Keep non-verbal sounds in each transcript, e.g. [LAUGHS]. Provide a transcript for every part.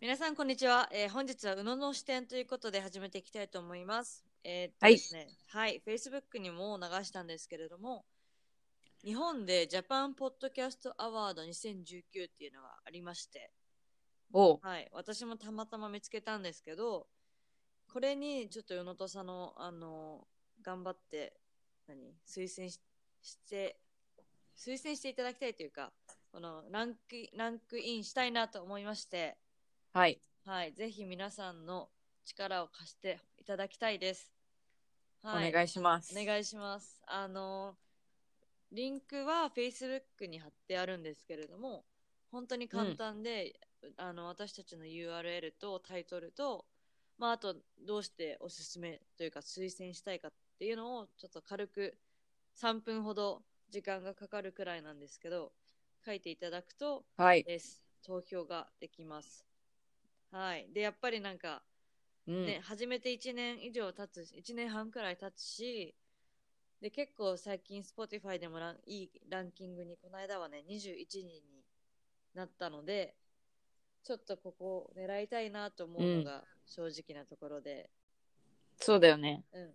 皆さんこんにちは、えー本日は宇野の視点ということで始めていきたいと思います。えーっとはいですね、はい、Facebook にも流したんですけれども、日本でジャパンポッドキャストアワード2019っていうのがありまして、おうはい、私もたまたま見つけたんですけど、これにちょっと宇野とさんの、あの、頑張って、何、推薦しして、推薦していただきたいというか、このランクイン、ランクインしたいなと思いまして、はい。はい、ぜひ皆さんの力を貸していただきたいです。はい、お願いします。お願いします。あの、リンクは Facebook に貼ってあるんですけれども、本当に簡単で、あの私たちの URL とタイトルと、まあ、あとどうしておすすめというか推薦したいかっていうのをちょっと軽く3分ほど時間がかかるくらいなんですけど、書いていただくと、はい。です。投票ができます。はい。で、やっぱりなんか、うんね、始めて1年以上経つ、1年半くらい経つし、で、結構最近 Spotify でもランいいランキングに、この間はね、21人になったので、ちょっとここを狙いたいなと思うのが正直なところで、そうだよね。うん。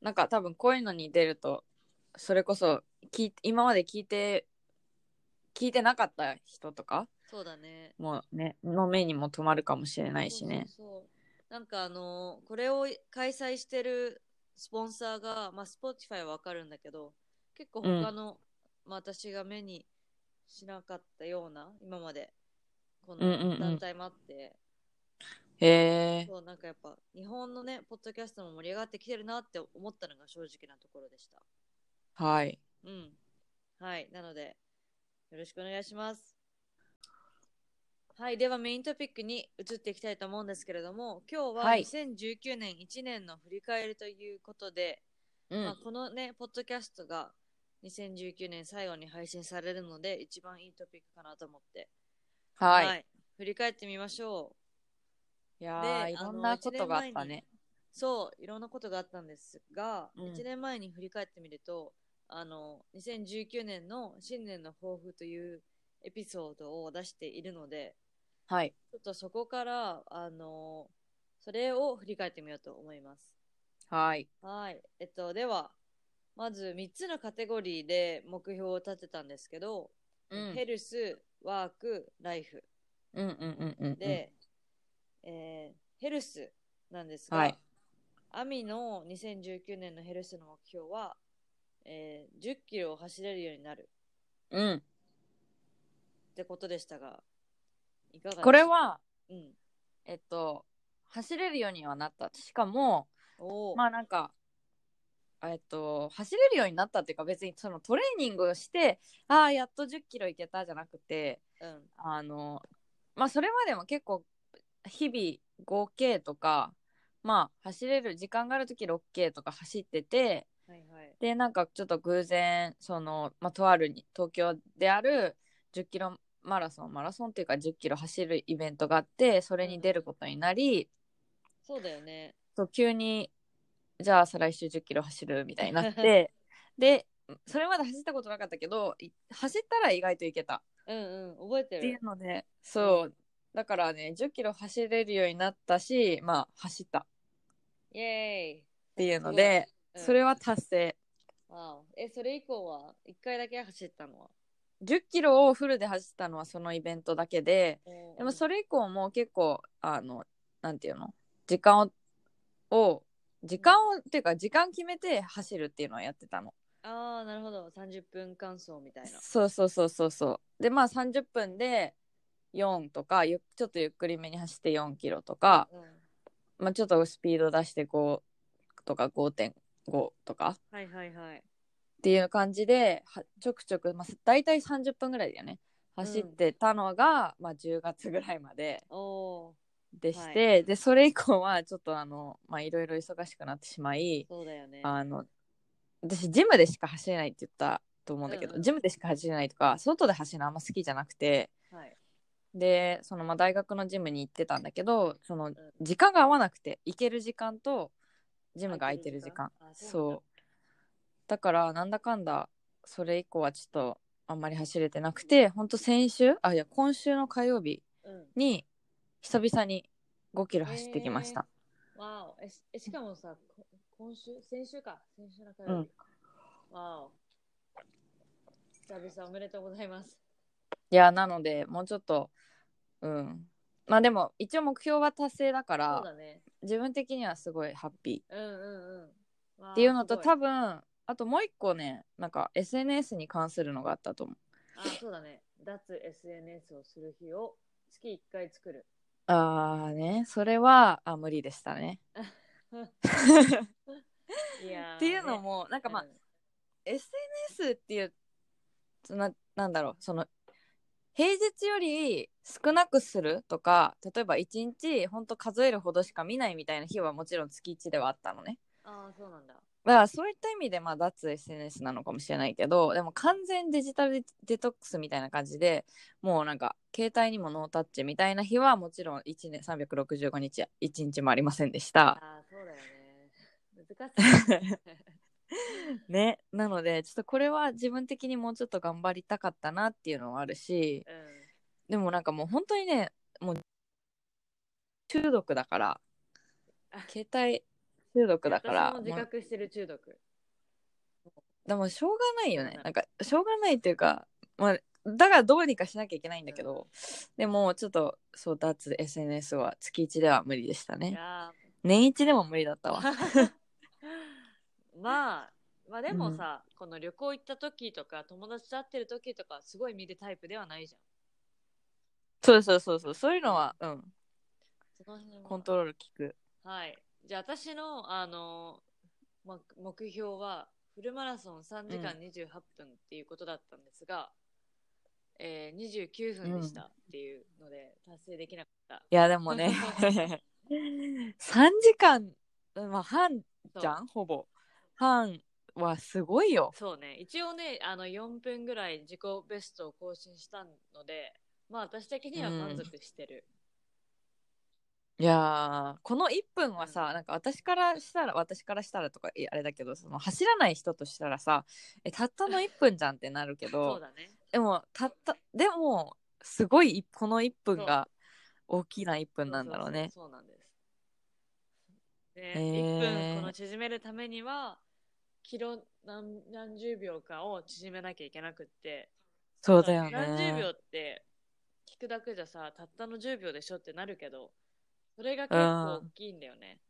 なんか多分こういうのに出るとそれこそ聞い今まで聞いて聞いてなかった人とかそうだね。もうねの目にも止まるかもしれないしね。そうそうそうなんかあのーこれを開催してるスポンサーが、まあ、Spotify はわかるんだけど、結構他の、まあ、私が目にしなかったような、今まで、こうんうんうのん団体もあって、へえ。そう、なんかやっぱ、日本のね、ポッドキャストも盛り上がってきてるなって思ったのが正直なところでした。はい。うん。はい。なので、よろしくお願いします。はい。では、メイントピックに移っていきたいと思うんですけれども、今日ははい2019年1年の振り返りということで、うまあ、このね、ポッドキャストが2019年最後に配信されるので、一番いいトピックかなと思って。はい。い、振り返ってみましょう。やーでいろんなことがあったね。。あの1年前にそう、いろんなことがあったんですが、うん1年前に振り返ってみると、あの、2019年の新年の抱負というエピソードを出しているので、はい。ちょっとそこから、あの、それを振り返ってみようと思います。はい。はい。えっと、では、まず3つのカテゴリーで目標を立てたんですけど、うんヘルス、ワーク、ライフ。うんうんうんうん。、で、えーヘルスなんですが、はいアミの2019年のヘルスの目標は、えー10キロを走れるようになるうん。ってことでしたが、いかがですかこれ、は、うん、えっと、走れるようにはなった。しかも、おーまあなんか、えっと、走れるようになったっていうか、別にそのトレーニングをして、ああ、やっと10キロいけたじゃなくて、うん、あの、まあそれまでも結構、日々 5K とか、まあ走れる時間があるとき 6K とか走ってて、はいはい。でなんかちょっと偶然その、まあ、とあるに東京である10キロマラソンマラソンっていうか10キロ走るイベントがあってそれに出ることになり、そうだよね。そう急にじゃあ再来週10キロ走るみたいになって [LAUGHS] でそれまで走ったことなかったけどい走ったら意外といけたうんうん、覚えてっている。うのでそう、だからね10キロ走れるようになったしまあ走ったっイェーイ。ていうので、うんそれは達成わおえ、それ以降は、1回だけ走ったのは。 10キロをフルで走ったのはそのイベントだけで、おーでもそれ以降も結構あのなんていうの時間をを時間を、っていうか時間決めて走るっていうのをやってたのああ、なるほど。30分間走みたいな。そうそうそうそうそうでまあ30分で4とかゆちょっとゆっくりめに走って4キロとか、うん、まあ、ちょっとスピード出して5とか5.5とかっはいはいはい。ていう感じではちょくちょく、まあ、大体30分ぐらいだよね走ってたのが、まあ、10月ぐらいまでおーでして、でそれ以降はちょっとあのまあいろいろ忙しくなってしまいそうだよね。あの私ジムでしか走れないって言ったと思うんだけど、うんうんジムでしか走れないとか外で走るのあんま好きじゃなくてはい。でそのまあ大学のジムに行ってたんだけどその時間が合わなくて行ける時間とジムが空いてる時間空いてる時間あそうなんだそうだからなんだかんだそれ以降はちょっとあんまり走れてなくてほんと先週あいや今週の火曜日うん。に久々に5キロ走ってきました、わお。え、しえしかもさ、こ今週、先週か。先週の火う曜ん日。わお。久々おめでとうございます。いやなのでもうちょっとうんまあでも一応目標は達成だかそらうだね。自分的にはすごいハッピーうんうんうん。わあっていうのとすご多分あともう一個ねなんか SNS に関するのがあったと思うあ、そうだね。脱 SNS をする日を月1回作る。ああねそれはあ無理でしたね [LAUGHS] い [LAUGHS] やーっていうの、もなんねかまあ、うん SNS っていうななんだろうその平日より少なくするとか例えば1日ほんと数えるほどしか見ないみたいな日はもちろん月1ではあったのねあーそうなんだ。だからそういった意味でまあ脱 SNS なのかもしれないけどでも完全デジタルデトックスみたいな感じでもうなんか携帯にもノータッチみたいな日はもちろん1年365日1日もありませんでした。あーそうだよ [LAUGHS] ね。難しい。ね、なのでちょっとこれは自分的にもうちょっと頑張りたかったなっていうのもあるしうんでもなんかもう本当にねもう中毒だからあ携帯中毒だから私も自もう覚してる中毒。でもしょうがないよしょうねがななんかしょうがないっていうか、まあ、だからどうにかしなきゃいけないんだけど、でもちょっとそう脱 SNS は月1では無理でしたいねや年1でも無理だった [LAUGHS] わー [LAUGHS] まあ、まあでもさ、この旅行行った時とか、友達と会ってる時とか、すごい見るタイプではないじゃん。そうそうそうそうそういうのはうんその辺はコントロール効くはい。じゃあ私の、あのま、目標は、フルマラソン3時間28分っていうことだったんですが、えー、29分でしたっていうので、達成できなかった。いやでもね [LAUGHS] 3時間、まあ、半そうじゃんほぼ半はすごいよそうね、一応ね、あの4分ぐらい自己ベストを更新したので、まあ私的には満足してる。いやーこの1分はさ、なんか私からしたら私からしたらとかいやあれだけどその走らない人としたらさえたったの1分じゃんってなるけそうどだね。でもたったでもすごいこの1分が大きな1分なんだろうね。そうそうそうなんです。ね、へー1分この縮めるためには、キロ何何十秒かを縮めなきゃいけなくって、そうだよ何十秒ね。って聞くだけじゃさ、たったの10秒でしょってなるけど、それが結構大きいんだよね。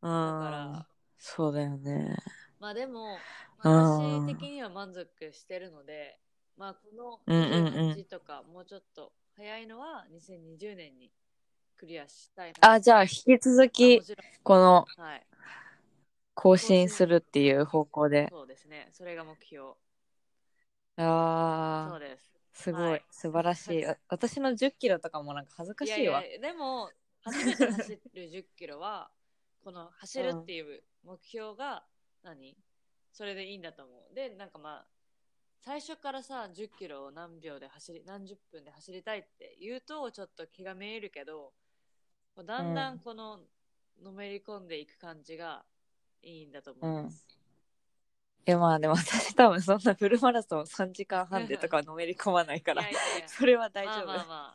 うだから、ん。そうだよね。まあでも、うん私的には満足してるので、まあこうのんうんうん18とか、もうちょっと早いのは2020年にクリアしたいな。あじゃあ引き続きもちろこのんはい。更新するっていう方向で。そうですね。それが目標。そあうーです。すごはいい素晴らしい。あ私の10キロとかもなんか恥ずかしいわ。ややでも、初めて走る10キ [LAUGHS] ロは、この走るっていう目標が何、それでいいんだと思う。で、なんかまあ、最初からさ、10キロを何秒で走り、何十分で走りたいって言うと、ちょっと気がめいるけど、こうだんだうんんこの、のめり込んでいく感じがいいんだと思います。いやまあでも私多分そんなフルマラソン3時間半でとかはのめり込まないからいやいやい [LAUGHS] やそれは大ま丈あ夫、ま [LAUGHS] あまあ。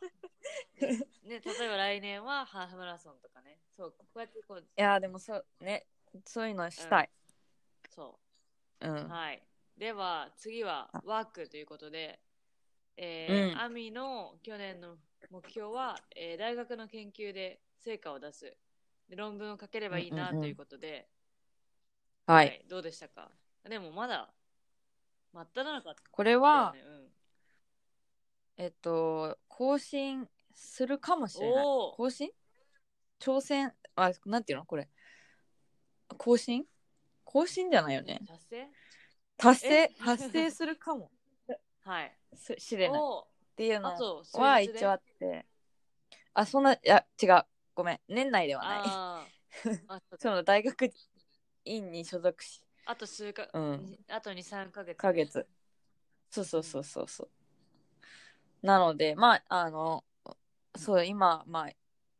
ね、例えば来年はハーフマラソンとかね。そう、こうやってこう、いやでもそうねそういうのしたい、そうん [LAUGHS] う。はい。では、次はワークということで、えーうんアミの去年の目標は、えー大学の研究で成果を出す。で論文を書ければいいなうんうんうんということで、ははいどうでしたかでもまだ、真っ只中だっこれたよはね。うんえっと更新するかもしれないおー更新挑戦あなんていうのこれ更新更新じゃないよね達成達成え達成するかもはい。 [LAUGHS] す知れないおっていうのあと、数は日で一応あってあそんないや違うごめん年内ではないあーあそうそだの大学院に所属しあと数か、うんにあと2、3ヶ月。ヶ月そうそうそうそうそうなのでまああのそう今ま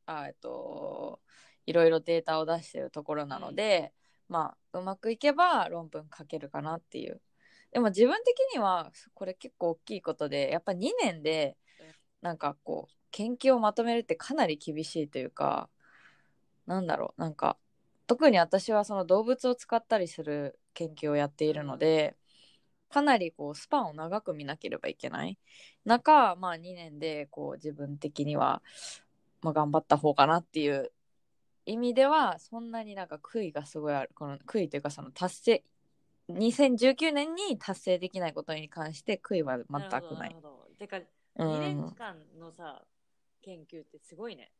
ああえっといろいろデータを出してるところなので、まあうまくいけば論文書けるかなっていうでも自分的にはこれ結構大きいことでやっぱ2年でなんかこう研究をまとめるってかなり厳しいというかなんだろうなんか特に私はその動物を使ったりする研究をやっているので、かなりこうスパンを長く見なければいけない中、まあ、2年でこう自分的には、まあ、頑張った方かなっていう意味ではそんなになんか悔いがすごいあるこの悔いというかその達成2019年に達成できないことに関して悔いは全なるほくどなないる。ほど。てか、う2ん年間のさ、研究ってすごいね。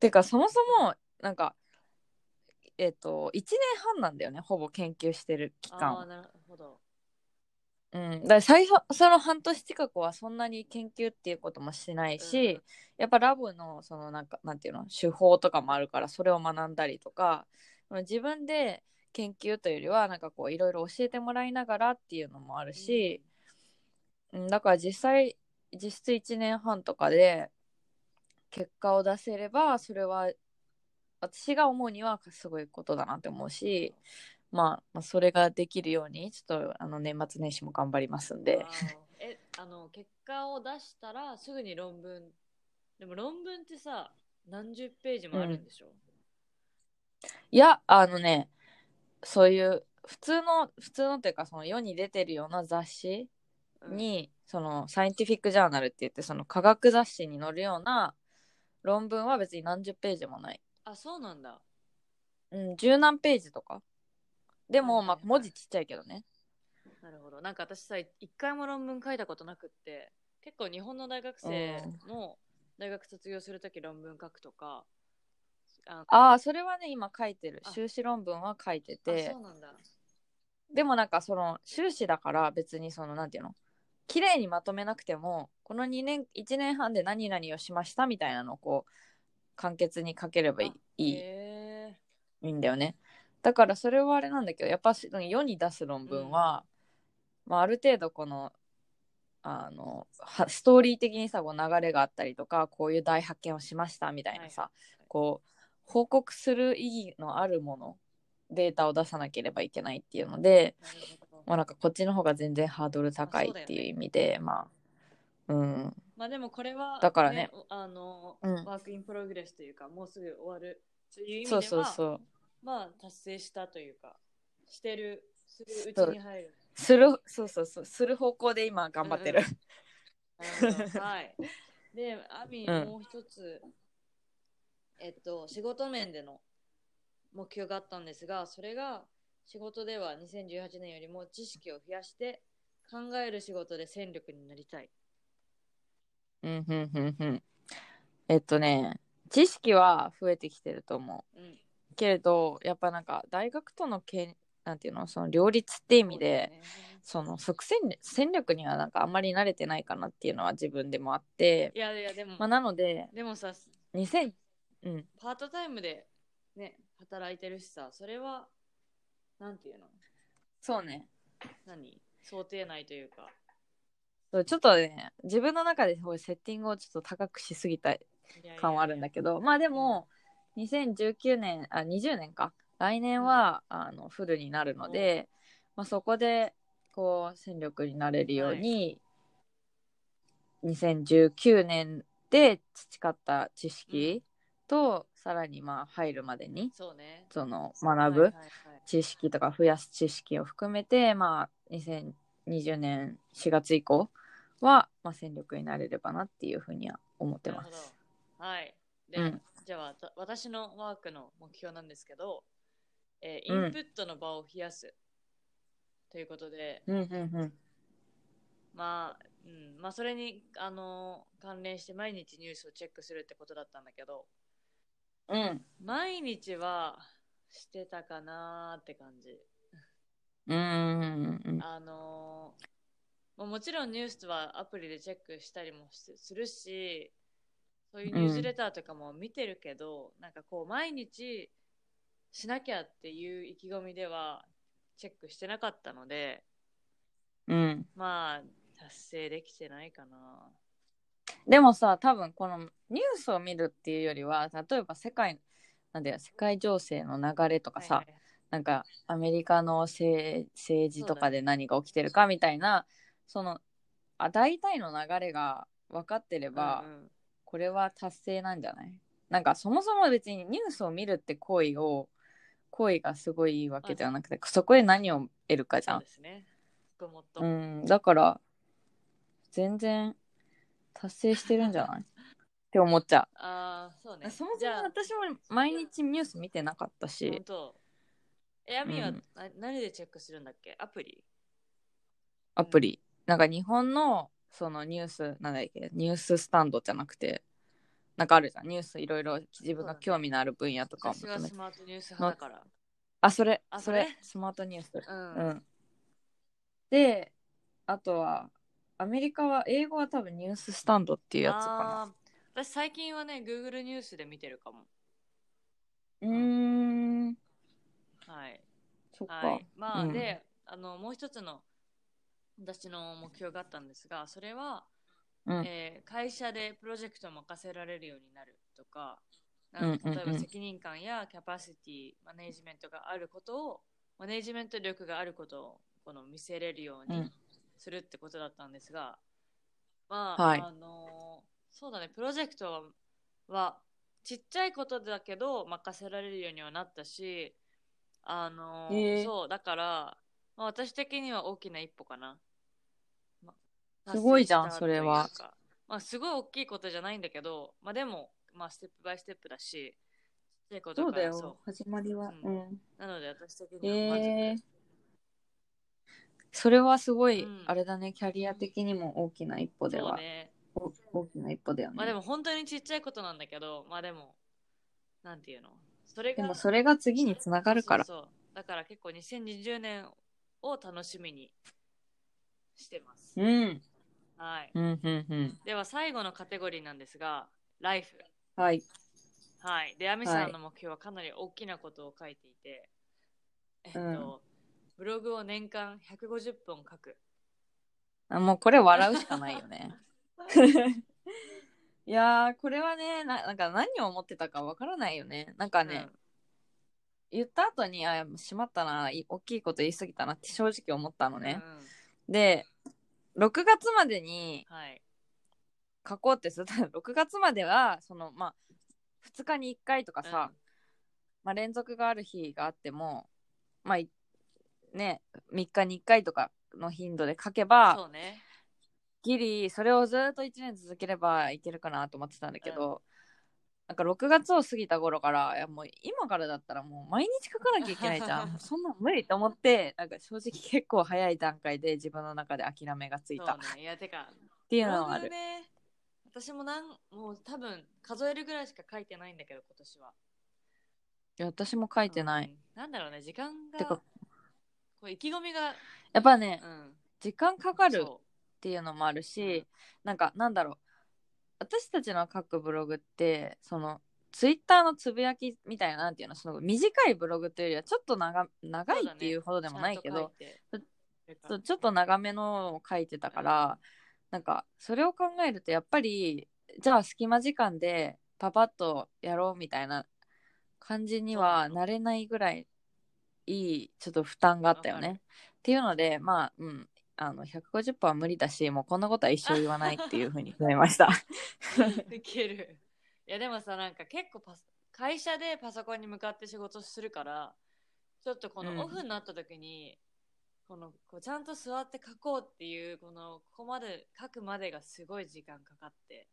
てかそもそもなんかえっ、と1年半なんだよねほぼ研究してる期ああー、間なるほど。うんだから最初その半年近くはそんなに研究っていうこともしないし、うんやっぱラボのそのなんかなんていうの手法とかもあるからそれを学んだりとか自分で研究というよりはなんかこういろいろ教えてもらいながらっていうのもあるし、うん、だから実際実質1年半とかで結果を出せればそれは私が思うにはすごいことだなって思うし、まあ、まあそれができるようにちょっとあの年末年始も頑張りますんでわあーえあの結果を出したらすぐに論文でも論文ってさ何十ページもあるんでしょ、いやあのねそういう普通の普通のというかその世に出てるような雑誌うんに、そのサイエンティフィック・ジャーナルって言ってその科学雑誌に載るような論文は別に何十ページもない。あそうなんだうん、十何ページとか。でも、はいはいはいまあ、文字ちっちゃいけどね。なるほど。なんか私さ、一回も論文書いたことなくって、結構日本の大学生も大学卒業するとき論文書くとかあああ、それはね、今書いてる。あ修士論文は書いてあてそう。なんだでもなんか、その、修士だから別にその、なんていうの綺麗にまとめなくても、この2年、1年半で何々をしましたみたいなのをこう、簡潔に書ければいあいいへいいんだよね。だからそれはあれなんだけどやっぱし世に出す論文は、まあ、ある程度このあのはストーリー的にさこう流れがあったりとかこういう大発見をしましたみたいなさ、はこう報告する意義のあるものデータを出さなければいけないっていうので、なるほど。まあ、なんかこっちの方が全然ハードル高いっていう意味で、まあうんーまあでもこれはだからねおあの、うんワークインプログレスというかもうすぐ終わるという意味でそはうそうそうまあ達成したというかしてるするうちそうに入るするそうそうそうする方向で今頑張ってる、うんなるほどはい。 [LAUGHS] で、アミ、うんもう一つ、えっと、仕事面での目標があったんですが、それが仕事では2018年よりも知識を増やして、考える仕事で戦力になりたい。うんうんうんうんえっとね知識は増えてきてると思うん。うけれどやっぱなんか大学とのけなんていうのその両立って意味でその即戦戦力にはなんかあんまり慣れてないかなっていうのは自分でもあってい、やいや、でも、まあ、なのででもさ、 2000うんパートタイムでね、働いてるしさ、それは、なんていうのそうね何想定内というか。そうちょっとね自分の中ですごいセッティングをちょっと高くしすぎた感はあるんだけけどまあでも2019年あ20年か来年は、あのフルになるので、まあ、そこでこう戦力になれるように、2019年で培った知識と、さらにまあ入るまでにそうね。その学はいぶはいはい知識とか増やす知識を含めて、まあ、2020年4月以降は、まあ、戦力になれればなっていうふうには思ってます。なるほどはい。で、うんじゃあわた私のワークの目標なんですけど、えーうんインプットの場を増やす、ということで、うんうんうんまあ、うん、まあそれに、あのー関連して毎日ニュースをチェックするってことだったんだけど、うん。毎日はしてたかなーって感じ。うんうんうんうん。あのーまあもちろんニュースはアプリでチェックしたりもしするし、そういうニュースレターとかも見てるけど、なんかこう毎日しなきゃっていう意気込みではチェックしてなかったので、うん。まあ達成できてないかな。でもさ、多分このニュースを見るっていうよりは、例えば世界、なんだよ、世界情勢の流れとかさ、はいはいなんかアメリカの政政治とかで何が起きてるかみたいなそのあ大体の流れが分かってれば、うんうんこれは達成なんじゃないなんかそもそも別にニュースを見るって行為を行為がすごいいいわけではなくてそこで何を得るかじゃそうんですね。ごもっとうも。んだから全然達成してるんじゃない [LAUGHS] って思っちゃああ、そううね。そもそじもゃあ私も毎日ニュース見てなかったし本当。エアミーはうんな何でチェックするんだっけアプリアプリ、なんか日本のそのニュースなんだっけニューススタンドじゃなくてなんかあるじゃんニュースいろいろ自分が興味のある分野とかを求私がめスてマートニュース派だから。あそれあそそれれスマートニュースうん。うんであとはアメリカは英語は多分ニューススタンドっていうやつかあー私最近はね、Google ニュースで見てるかも。なうーんはい。そっか、はい。まあ、うんで、あの、もう一つの私の目標があったんですが、それは、うんえー会社でプロジェクトを任せられるようになるとか、あうんのうんうん例えば責任感やキャパシティ、マネージメントがあることを、マネージメント力があることをこの見せれるよううにんするってことだったんですが、まあ、はいあのーそうだね、プロジェクトははちっちゃいことだけど任せられるようにはなったし、あのーへえそう、だから、まあ、私的には大きな一歩かな。ま、すごいじゃん達成したっていそうれはか。まあ、すごい大きいことじゃないんだけど、まあ、でも、まあ、ステップバイステップだし、ちっちゃいことそかうだらよそ始まりはううん、う。なので、私的には満足。えー、それはすごい、うんあれだねキャリア的にも大きな一歩でそうは、ね。お大きな一歩だよね、まあ、でも、本当にちっちゃいことなんだけど、まあ、でも、なんていうのそれでがも、それが次につながるからそうそうそうだから結構2020年を楽しみにしてます。うんはい。うんうんうんでは最後のカテゴリーなんですが、ライフ。はいはい。で、アミさはんいの目標はかなり大きなことを書いていて、えっと、うんブログを年間150本書く。あもうこれ笑うしかないよ [LAUGHS] ねいやーこれはねななんか何を思ってたかわからないよねなんかね、言った後にあしまったない大きいこと言いすぎたなって正直思ったのうん、ねう、んで6月までにはい。書こうってすると6月 [LAUGHS] まではそのまあ2日に1回とかさ、うんまあ、連続がある日があってもまあいね3日に1回とかの頻度で書けばそうね。ギリそれをずっと1年続ければいけるかなと思ってたんだけど、なんか6月を過ぎた頃からいやもう今からだったらもう毎日書かなきゃいけないじゃ [LAUGHS] んそんなん無理と思ってなんか正直結構早い段階で自分の中で諦めがついそたっうね。いや、てか、ていうブのロはあグる。ね、私もなん、もう多分数えるぐらいしか書いてないんだけど、今年は。いや私も書いてない、うん。なんだろうね、時間が。てかこう意気込みが、やっぱねうん、時間かかるそっていうのもあるし、うんなんかなんだろう私たちの書くブログってそのツイッターのつぶやきみたいななんていうのその短いブログというよりはちょっと長長いっていうほどうでもないけど、、ちそゃんと書いてそうちょっと長めのを書いてたから、なんかそれを考えるとやっぱりじゃあ隙間時間でパパッとやろうみたいな感じにはそうなのなれないぐらいいいちょっと負担があったよわかね。っていうのでまあうんあの150本は無理だしもうこんなことは一生言わないっていうふうに決めました。 [LAUGHS] いける。いやでもさ、なんか結構パソ会社でパソコンに向かって仕事するから、ちょっとこうんのオフになった時に、このこうちゃんと座って書こうっていう、このここまで書くまでがすごい時間かかって、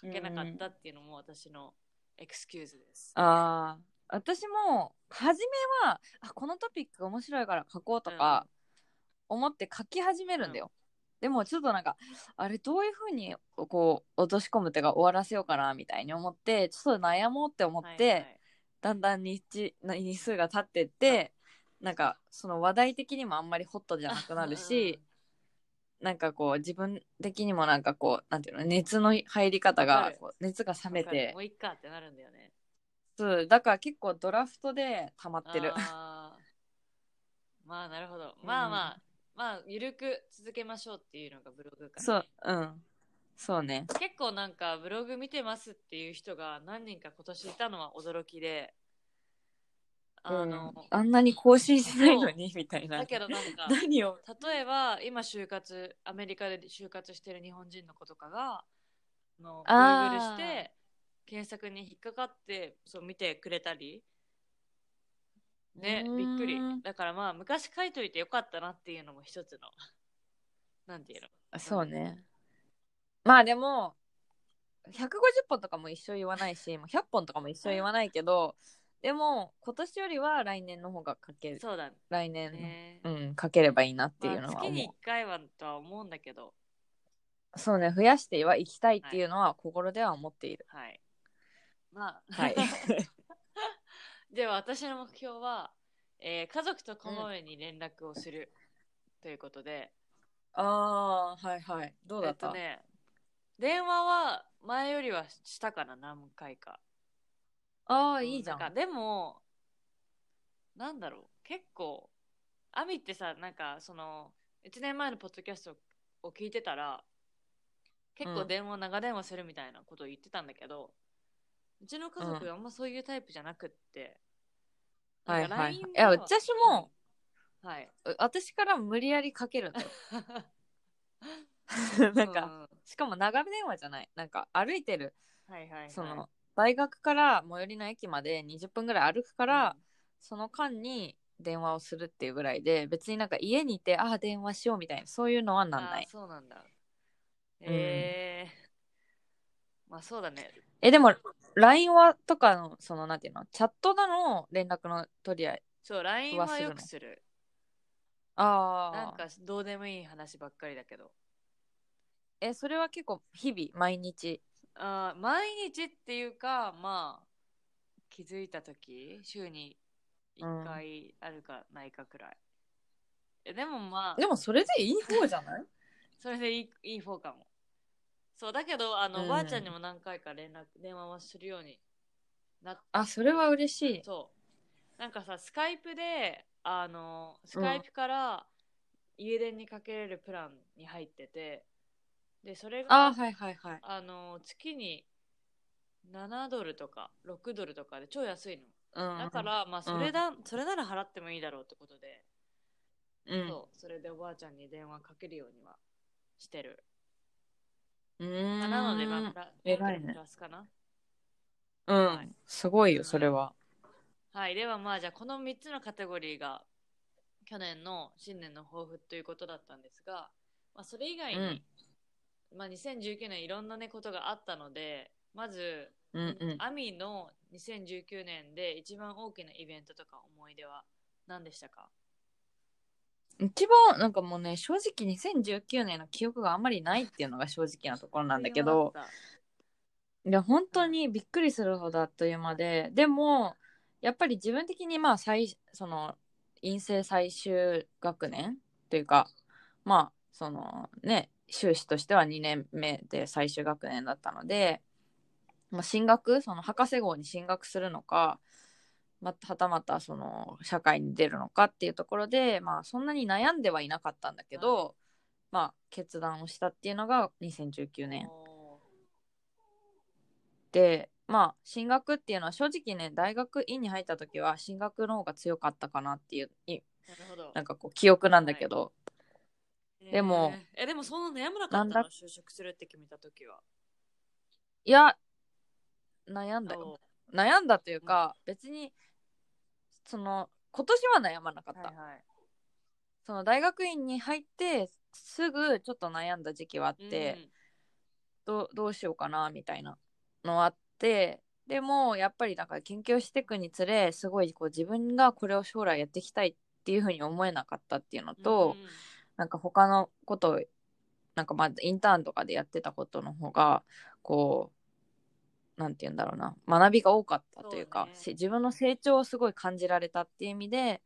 書けなかったっていうのも私のエクスキューズです。ああ私も初めはあこのトピック面白いから書こうとか思って書き始めるんだよ、でもちょっとなんかあれどういうふうにこう落とし込む手が終わらせようかなみたいに思ってちょっと悩もうって思って、はいはいだんだん日な日数が経ってってなんかその話題的にもあんまりホットじゃなくなるうんうんうんしなんかこう自分的にもなんかこうなんていうの熱の入り方わかがるこう熱が冷めわかるてもういっかってなるんだよね。そうだから結構ドラフトで溜まってるあーまあなるほど。うんまあまあ、まあゆるく続けましょうっていうのがブログか、[LAUGHS] ね。そううんそうね結構なんかブログ見てますっていう人が何人か今年いたのは驚きで。あの、うんあんなに更新しないの [LAUGHS] にみたいなだけどなんか。何を例えば今就活アメリカで就活してる日本人の子とかがあのあー Google して検索に引っかかってそう見てくれたりねうーんびっくりだからまあ昔書いといてよかったなっていうのも一つのなんていうのそうねまあでも150本とかも一生言わないしもう100本とかも一生言わないけどでも今年よりは来年の方が書けるそうだ来年のね、うん、書ければいいなっていうまのあは月思う、に1回はとは思うんだけどそうね増やしてはいきたいっていうのは心では思っているはいまあはい [LAUGHS] では私の目標は、えー家族とこまめに連絡をする、ということで [LAUGHS] ああはいはいどうだった、えっとね電話は前よりはしたかな何回かああいいじゃんなかでもなんだろう結構アミってさなんかその1年前のポッドキャストを聞いてたら結う構ん電話、長電話するみたいなことを言ってたんだけどうちの家族うんはあんまそういうタイプじゃなくって、はいなんかはい LINE いでやは私も、うんはいう私から無理やりかけるんだよ [LAUGHS] なんか、うしかも長電話じゃないなんか歩いてるんはいはいはいその大学から最寄りの駅まで20分ぐらい歩くから、うんその間に電話をするっていうぐらいで別になんか家にいてああ電話しようみたいなそういうのはなんなあーいそうなんだ。ええまあそうだね。えでも LINE はとかのそのなんていうのチャットだの連絡の取り合いそう、LINE はよくする。ああなんかどうでもいい話ばっかりだけど。えそれは結構日々毎日あー毎日っていうか、まあ、気づいたとき、週に1回あるかないかくらい。えでもまあ、でもそれでいい方じゃないそれでいいいい方かも。そう、だけど、あの、うんおばあちゃんにも何回か連絡、電話はするようになってあそれは嬉しいそうなんかさスカイプであのスカイプから家電にかけれるプランに入っててでそれがああーはいはいはいの月に7ドルとか6ドルとかで超安いのうんだから、まあそれだ、それなら払ってもいいだろうってことで、うんそうそれでおばあちゃんに電話かけるようにはしてるうーんなのでまあプラ偉いねプラスかなうん、はいすごいよそれははい、ではまあじゃあこの3つのカテゴリーが去年の新年の抱負ということだったんですが、まあ、それ以外に、まあ、2019年いろんな、ね、ことがあったのでまず、うんうんアミの2019年で一番大きなイベントとか思い出は何でしたか一番なんかもうね正直2019年の記憶があんまりないっていうのが正直なところなんだけどあっいや本当にびっくりするほどあっという間ででもやっぱり自分的にまあ最その陰性最終学年というかまあそのね修士としては2年目で最終学年だったので、まあ、進学その博士号に進学するのか、まあ、はたまたその社会に出るのかっていうところで、まあ、そんなに悩んではいなかったんだけど、まあ決断をしたっていうのが2019た年。おーでまあ進学っていうのは正直ね大学院に入った時は進学の方が強かったかなっていういなるほどなんかこう記憶なんだけど、でもえーえでもそんな悩まなかったなんのだ、就職するって決めた時はいや悩んだよお悩んだというか、別にその今年は悩まなかった、ーはいはいその大学院に入ってすぐちょっと悩んだ時期はあって、どどうしようかなみたいなのあってでもやっぱりなんか研究していくにつれすごいこう自分がこれを将来やっていきたいっていうふうに思えなかったっていうのうんと、うんなんか他のことをなんかまあインターンとかでやってたことの方がこうなんて言うんだろうな学びが多かったというかそうねせ自分の成長をすごい感じられたっていう意味で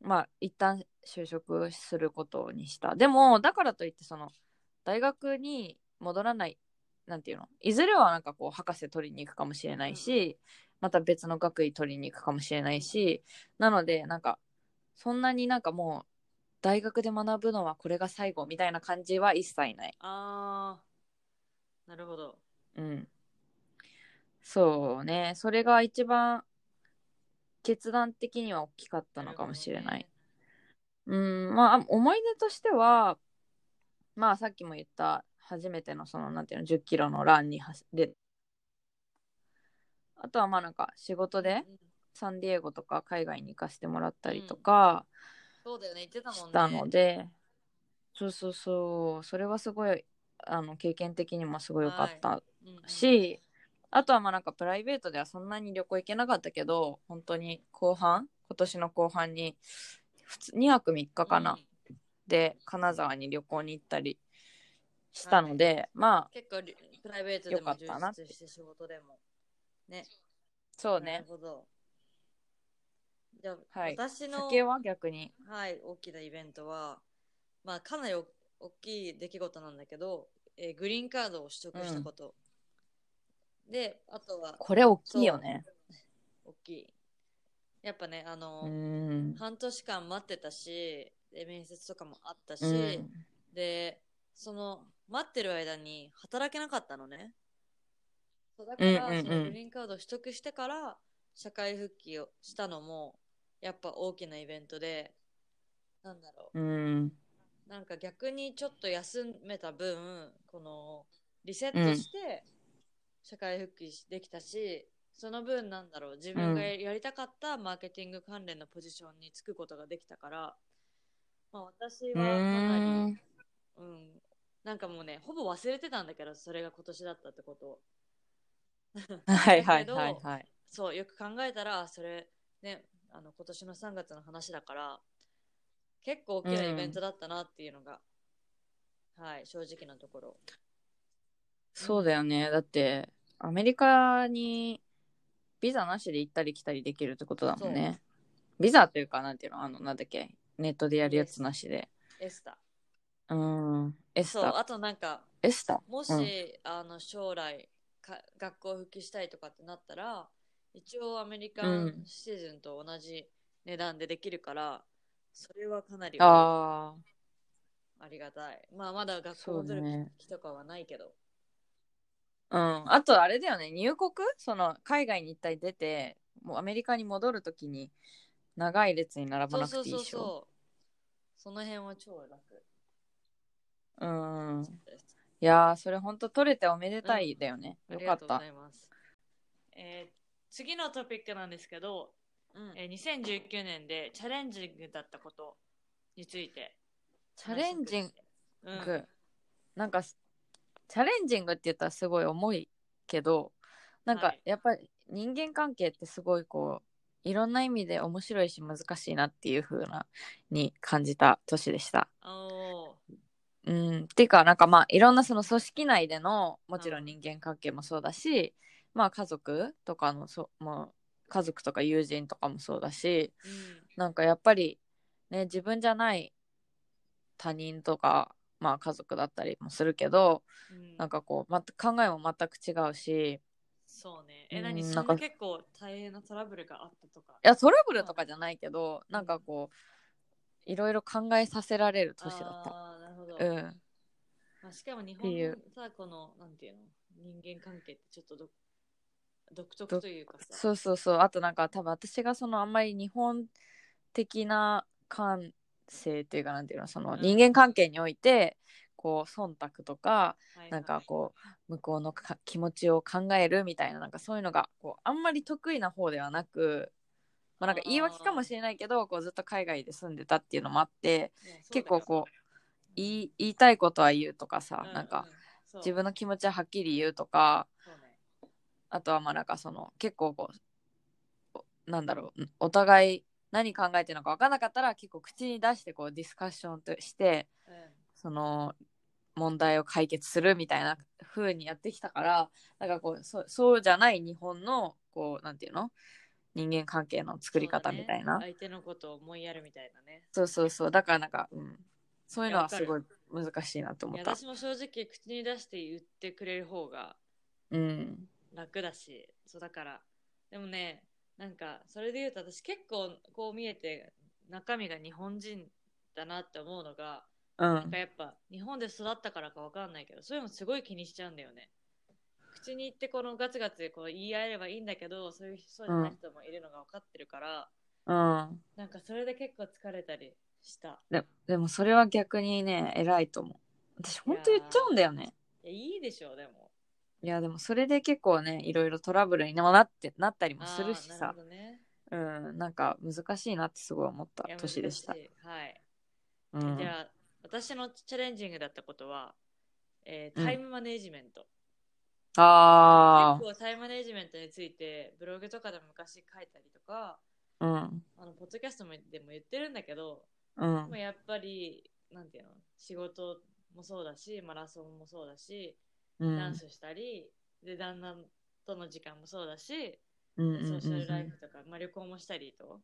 まあ一旦就職することにしたでもだからといってその大学に戻らないなんていうのいずれはなんかこう博士取りに行くかもしれないし、また別の学位取りに行くかもしれないしなのでなんかそんなになんかもう大学で学ぶのはこれが最後みたいな感じは一切ない。あーなるほどうん。そうね。それが一番決断的には大きかったのかもしれない。うん。まあ、思い出としては、まあ、さっきも言った、初めてのその、なんていうの、10キロのランに走で、あとはまあなんか仕事なでるほどねうんサンディエゴとか海外に行かせてもらったりとかそうだよね言ってたもんねしたので、そうそうそう、それはすごい、あの、経験的にもすごい良かったうんうんし、あとはまあなんかプライベートではそんなに旅行行けなかったけど、本当に後半、今年の後半に普通2泊3日かな、うんで金沢に旅行に行ったりしたので、まあ結構りプライベートでよかもっ充たなって実して仕事でもそうなるね、ほどじゃあ、はい私の酒は逆に、はい、大きなイベントは、まあ、かなりお大きい出来事なんだけど、えーグリーンカードを取得したこと。で、あとは、これ大きいよね。大きい。やっぱね、あのう、ん。半年間待ってたし、で面接とかもあったし、うんで、その、待ってる間に働けなかったのね。そうだかうんら、うんうんそのグリーンカードを取得してから、社会復帰をしたのも、やっぱ大きなイベントで、なんだろう。うん。なんか逆にちょっと休めた分、このリセットして社会復帰できたし、その分なんだろう、自分がややりたかったマーケティング関連のポジションにつくことができたから、まあ私うはかなり、ん。うん、なんかもうね、ほぼ忘れてたんだけど、それが今年だったってことをはいはいはいはい。そう、よく考えたら、それ、ね、あの、今年の3月の話だから、結構大きなイベントだったなっていうのが、はい、正直なところ。そうだよね。だって、アメリカにビザなしで行ったり来たりできるってことだもんね。ビザというか、なんていうの、あの、なんだっけ、ネットでやるやつなしで。エスタ。うん。エスそう、タ。あとなんか、エスタ。もし、うあの、将来か、学校復帰したいとかってなったら、一応アメリカうンんシーズンと同じ値段でできるから、それはかなりあありがたい。まあ、まだ学校そう戻るね気とかはないけど。あ。うん。あと、あれだよね。入国その、海外に一体出て、もうアメリカに戻るときに、長い列に並ばそうなそくうていいそうでしょ。そう。その辺は超楽うん。です。いやー、それほんと取れておめでたいだよね。あよりかがっとうごたざ。います。えー次のトピックなんですけど、うんえー2019年でチャレンジングだったことについてチャレンジング。うんグなんかチャレンジングって言ったらすごい重いけどなんはかいやっぱり人間関係ってすごいこういろんな意味で面白いし難しいなっていう風なに感じた年でした。おーうん、っていうかなんかまあいろんなその組織内でのもちろうんん人間関係もそうだし、まあ家族とかのそもう家族とか友人とかもそうだし、うんなんかやっぱりね自分じゃない他人とか、まあ、家族だったりもするけどうんなんかこう、また、考えも全く違うしそうねえうん何そなんんなか結構大変なトラブルがあったとかいやトラブルとかじゃないけどなんかこういろいろ考えさせられる年だった。あーなるほど、うん、まあ、しかも日って本いのうさこのなんていうの人間関係ってちょっとど独特どというかさそうそうそうあとなんか多分私がそのあんまり日本的な感性っていうかなんていうのそのうん人間関係においてこう忖度とかはいはいなんかこう向こうのか気持ちを考えるみたいななんかそういうのがこうあんまり得意な方ではなく、まあ、なんか言い訳かもしれないけどこうずっと海外で住んでたっていうのもあっていやそうだよ結構こう言い言いたいことは言うとかさ、うなんかそう自分の気持ちははっきり言うとかそうねあとはまあなんかその結構こうおなんだろうお互い何考えてるのか分からなかったら結構口に出してこうディスカッションとしてその問題を解決するみたいな風にやってきたからなんかこうそそうじゃない日本のこうなんていうの人間関係の作り方みたいなそうだね相手のことを思いやるみたいなねそう,、そうそうだからなんか、うん、そういうのいやわはかするごい難しいなとい思やった私も正直口に出して言ってくれる方がうん楽だしそうだからでもねなんかそれで言うと私結構こう見えて中身が日本人だなって思うのがうなんんかやっぱ日本で育ったからかわかんないけどそういうのすごい気にしちゃうんだよね口に言ってこのガツガツこう言い合えればいいんだけどそういうそうじゃない人もいるのが分かってるから、うんなんかそれで結構疲れたりしたででもそれは逆にね偉いと思う私本当言っちゃうんだよねいやいいでしょうでもいやでもそれで結構ねいろいろトラブルにもなってなったりもするしあーなさるほどねうんなんか難しいなってすごい思ったいや年でした難いはいうんじゃあ私のチャレンジングだったことは、えーうんタイムマネジメント、あ結構タイムマネジメントについてブログとかでも昔書いたりとかあうんあのポッドキャストもでも言ってるんだけどうでんもやっぱりなんていうの仕事もそうだしマラソンもそうだしうんうんダンスしたり、で旦那との時間もそうだしうんソーシャルライうフとか、まあ、旅行もしたりと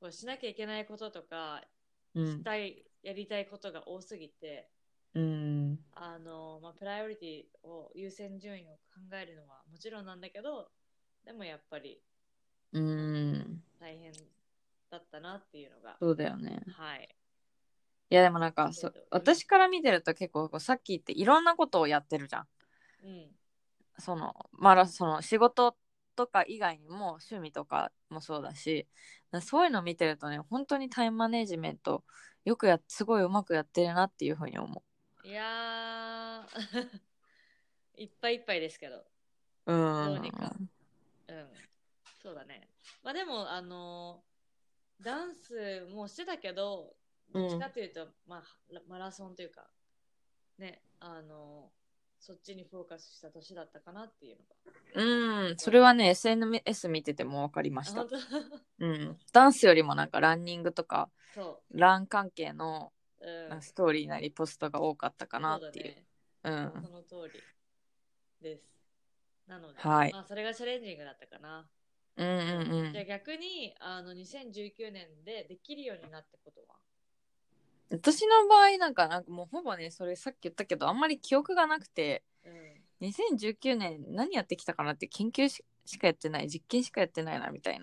こうしなきゃいけないこととかしんたい、やりたいことが多すぎてうんあの、まあ、プライオリティを優先順位を考えるのはもちろんなんだけどでもやっぱりうん大変だったなっていうのが、そうだよねはいいやでもなんかそけど私から見てると結構こうさっき言っていろんなことをやってるじゃんうんそのまあその仕事とか以外にも趣味とかもそうだしそういうの見てるとね本当にタイムマネジメントよくやすごいうまくやってるなっていうふうに思いやー [LAUGHS] いっぱいいっぱいですけどううんどうにかうんそうだねまあでもあのダンスもしてたけどうどんっちかというと、まあラマラソンというかねあのそっちにフォーカスした年だったかなっていうのがうんそれはね SNS 見てても分かりまあした本、当うん、ダンスよりもなんかランニングとかそラン関係のう、 [LAUGHS] うん、なんかストーリーなりポストが多かったかなそうだっていうね、う,、その通りですなので、はいまあ、それがチャレンジングだったかな、ん、うんうんうんじゃあ逆にあの2019年でできるようになったことは私の場合なんかなんかもうほぼねそれさっき言ったけどあんまり記憶がなくてう2019年何やってきたかなって研究ししかやってない実験しかやってないなみたいなん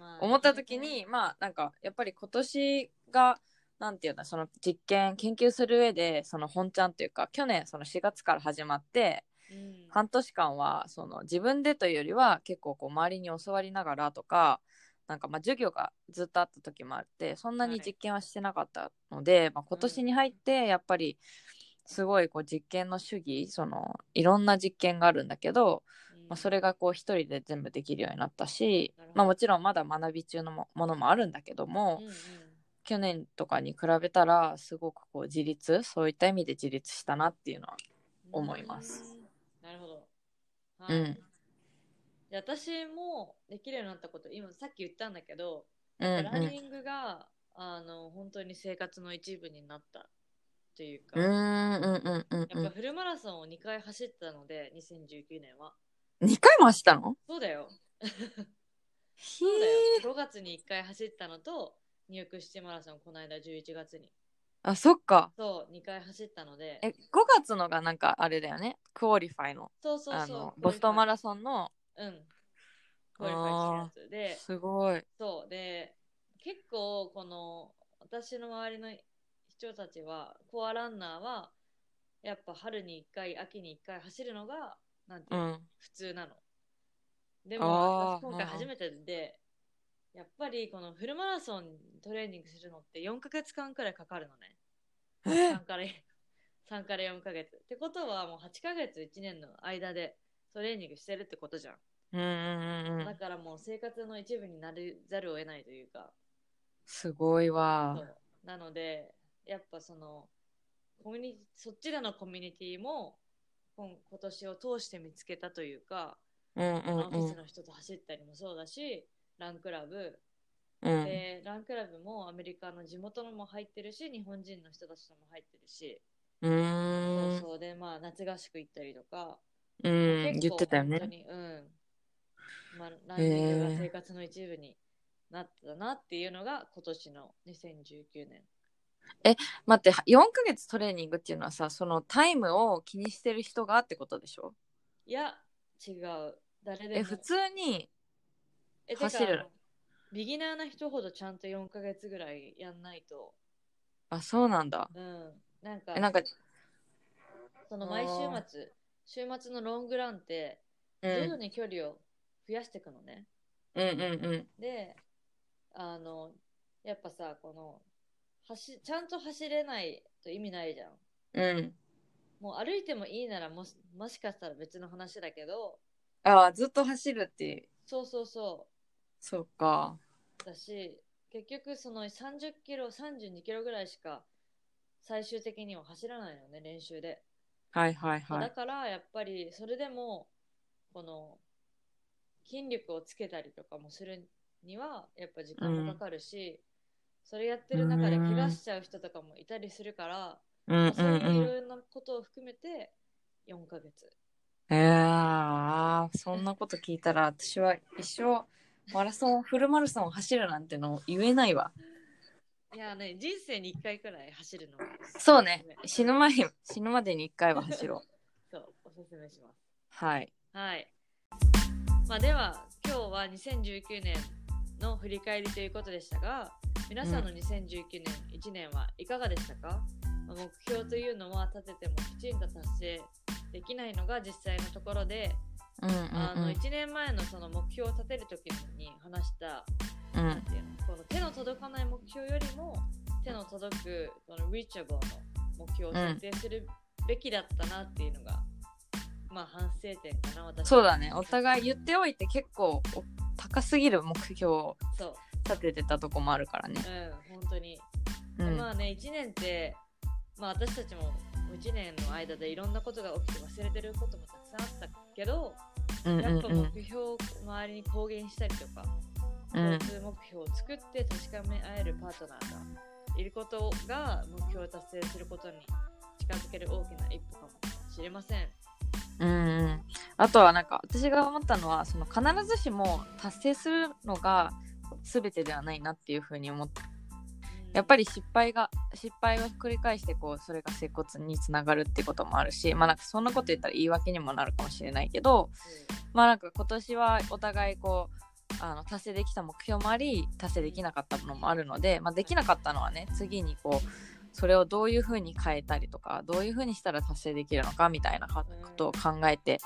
まあ思った時に、まあなんかやっぱり今年がなんていうんだその実験研究する上でその本ちゃんというか去年その4月から始まってうん半年間はその自分でというよりは結構こう周りに教わりながらとかなんかまあ授業がずっとあった時もあってそんなに実験はしてなかったので、まあ、今年に入ってやっぱりすごいこう実験の主義そのいろんな実験があるんだけど、まあ、それがこう一人で全部できるようになったしなるほ、どまあ、もちろんまだ学び中のもものもあるんだけども、うんうん去年とかに比べたらすごくこう自立そういった意味で自立したなっていうのは思いますうんなるほど、はいうんで私もできるようになったこと今さっき言ったんだけど、うんうんランニングがあの本当に生活の一部になったといううか、ーんうんうんうやっんぱフルマラソンを2回走ったので、2019年は。うん2回も走ったのそうだよ。ひそうだーよ。5月に1回走ったのと、入浴してマラソン、この間11月に。あそっかそう、2回走ったのでえ、5月のがなんかあれだよねクオリファイのそうそうあそのう。ボストンマララソンのソン。うん。クオリファイしたやつで、すごいそう。で、結構、この、私の周りの人たちは、コアランナーは、やっぱ春に1回、秋に1回走るのが、なんていううのん普通なの。であもー今回初めてで、やっぱりこのフルマラソントレーニングするのって4ヶ月間くらいかかるのね。3から [LAUGHS] 三から4ヶ月。ってことはもう8ヶ月1年の間でトレーニングしてるってことじゃん。うんうんうんうだんからもう生活の一部になるざるを得ないというか。すごいそわうなのでやっぱそのコミュニティそっちでのコミュニティも今今年を通して見つけたというか、うんうんオフィスうの人と走ったりもそうだしランクラブ、んうんでランクラブもアメリカの地元のも入ってるし日本人の人たちとも入ってるし、うーそうんそうでまあ夏合宿行ったりとか、うん言ってたよ本ね当にうんまあ、ランニングが生活の一部になったなっていうのが今年の2019年。待って4ヶ月トレーニングっていうのはさそのタイムを気にしてる人がってことでしょいや、違う。誰でえも。普通にえてか走るあのビギナーな人ほどちゃんと4ヶ月ぐらいやんないと。あそうなんだうん。なんか、えなんかその毎週末、週末のロングランって、う徐々んに距離を増やしていくのね。うんうんで、あの、やっぱさ、この、走ちゃんと走れないと意味ないじゃん。うんうんもう歩いてもいいならもし、もしかしたら別の話だけど、ああずっと走るってそうそうそそうかう。だし、結局その30キロ、32キロぐらいしか最終的には走らないのね、練習で。はいはいはだいからやっぱりそれでもこの筋力をつけたりとかもするにはやっぱ時間もかかるし、それやってる中で怪我しちゃう人とかもいたりするから、うんうそういんういうんろんなことを含めて4ヶ月えー、あーそんなこと聞いたら私は一生マラソンフルマラソンを走るなんての言えないわいやね人生に1回くらい走るのがそうね死ぬ前に死ぬまでに1回は走ろう [LAUGHS] そうおすすめしますはいはい、まあ、では今日は2019年の振り返りということでしたが皆さんの2019年1年はいかがでしたか、まあ目標というのは立ててもきちんと達成できないのが実際のところで、うんうんあうのん1年前のその目標を立てる時に話したうんなんていうのこの手の届かない目標よりも手の届くこの reachable の目標を設定するべきだったなっていうのが、まあ反省点かな私そうだねお互い言っておいて結構お高すぎる目標をそう立ててたとこもあるからねうん本当に、うんまあね1年って、まあ、私たちも1年の間でいろんなことが起きて忘れてることもたくさんあったけどうんやっぱうんうん目標を周りに公言したりとかうん共通目標を作って確かめ合えるパートナーがいることが目標を達成することに近づける大きな一歩かもしれません。うんうん、あとはなんか私が思ったのはその必ずしも達成するのが全てではないなっていうふうに思ってやっぱりり失敗が失敗を繰り返してこうそれが接骨につながるってこともあるしまあなんかそんなこと言ったら言い訳にもなるかもしれないけどまあなんか今年はお互いこうあの達成できた目標もあり達成できなかったものもあるので、まあ、できなかったのはね次にこうそれをどういうふうに変えたりとかどういうふうにしたら達成できるのかみたいなかうんことを考えて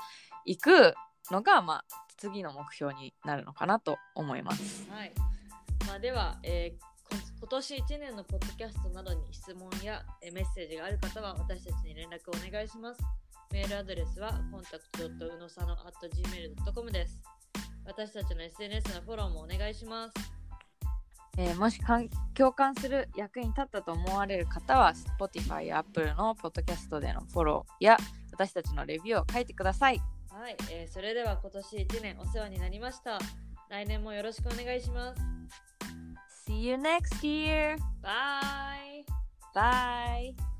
いくのが、まあ、次の目標になるのかなと思います。はい。まあ、では、えーこ今年1年のポッドキャストなどに質問やえーメッセージがある方は私たちに連絡をお願いします。メールアドレスは contact.unosano.gmail.com です。私たちの SNS のフォローもお願いします。えーもし環共感する役に立ったと思われる方は Spotify や Apple のポッドキャストでのフォローや私たちのレビューを書いてください。はい、えーそれでは今年1年お世話になりました。来年もよろしくお願いします。 See you next year! バイ Bye!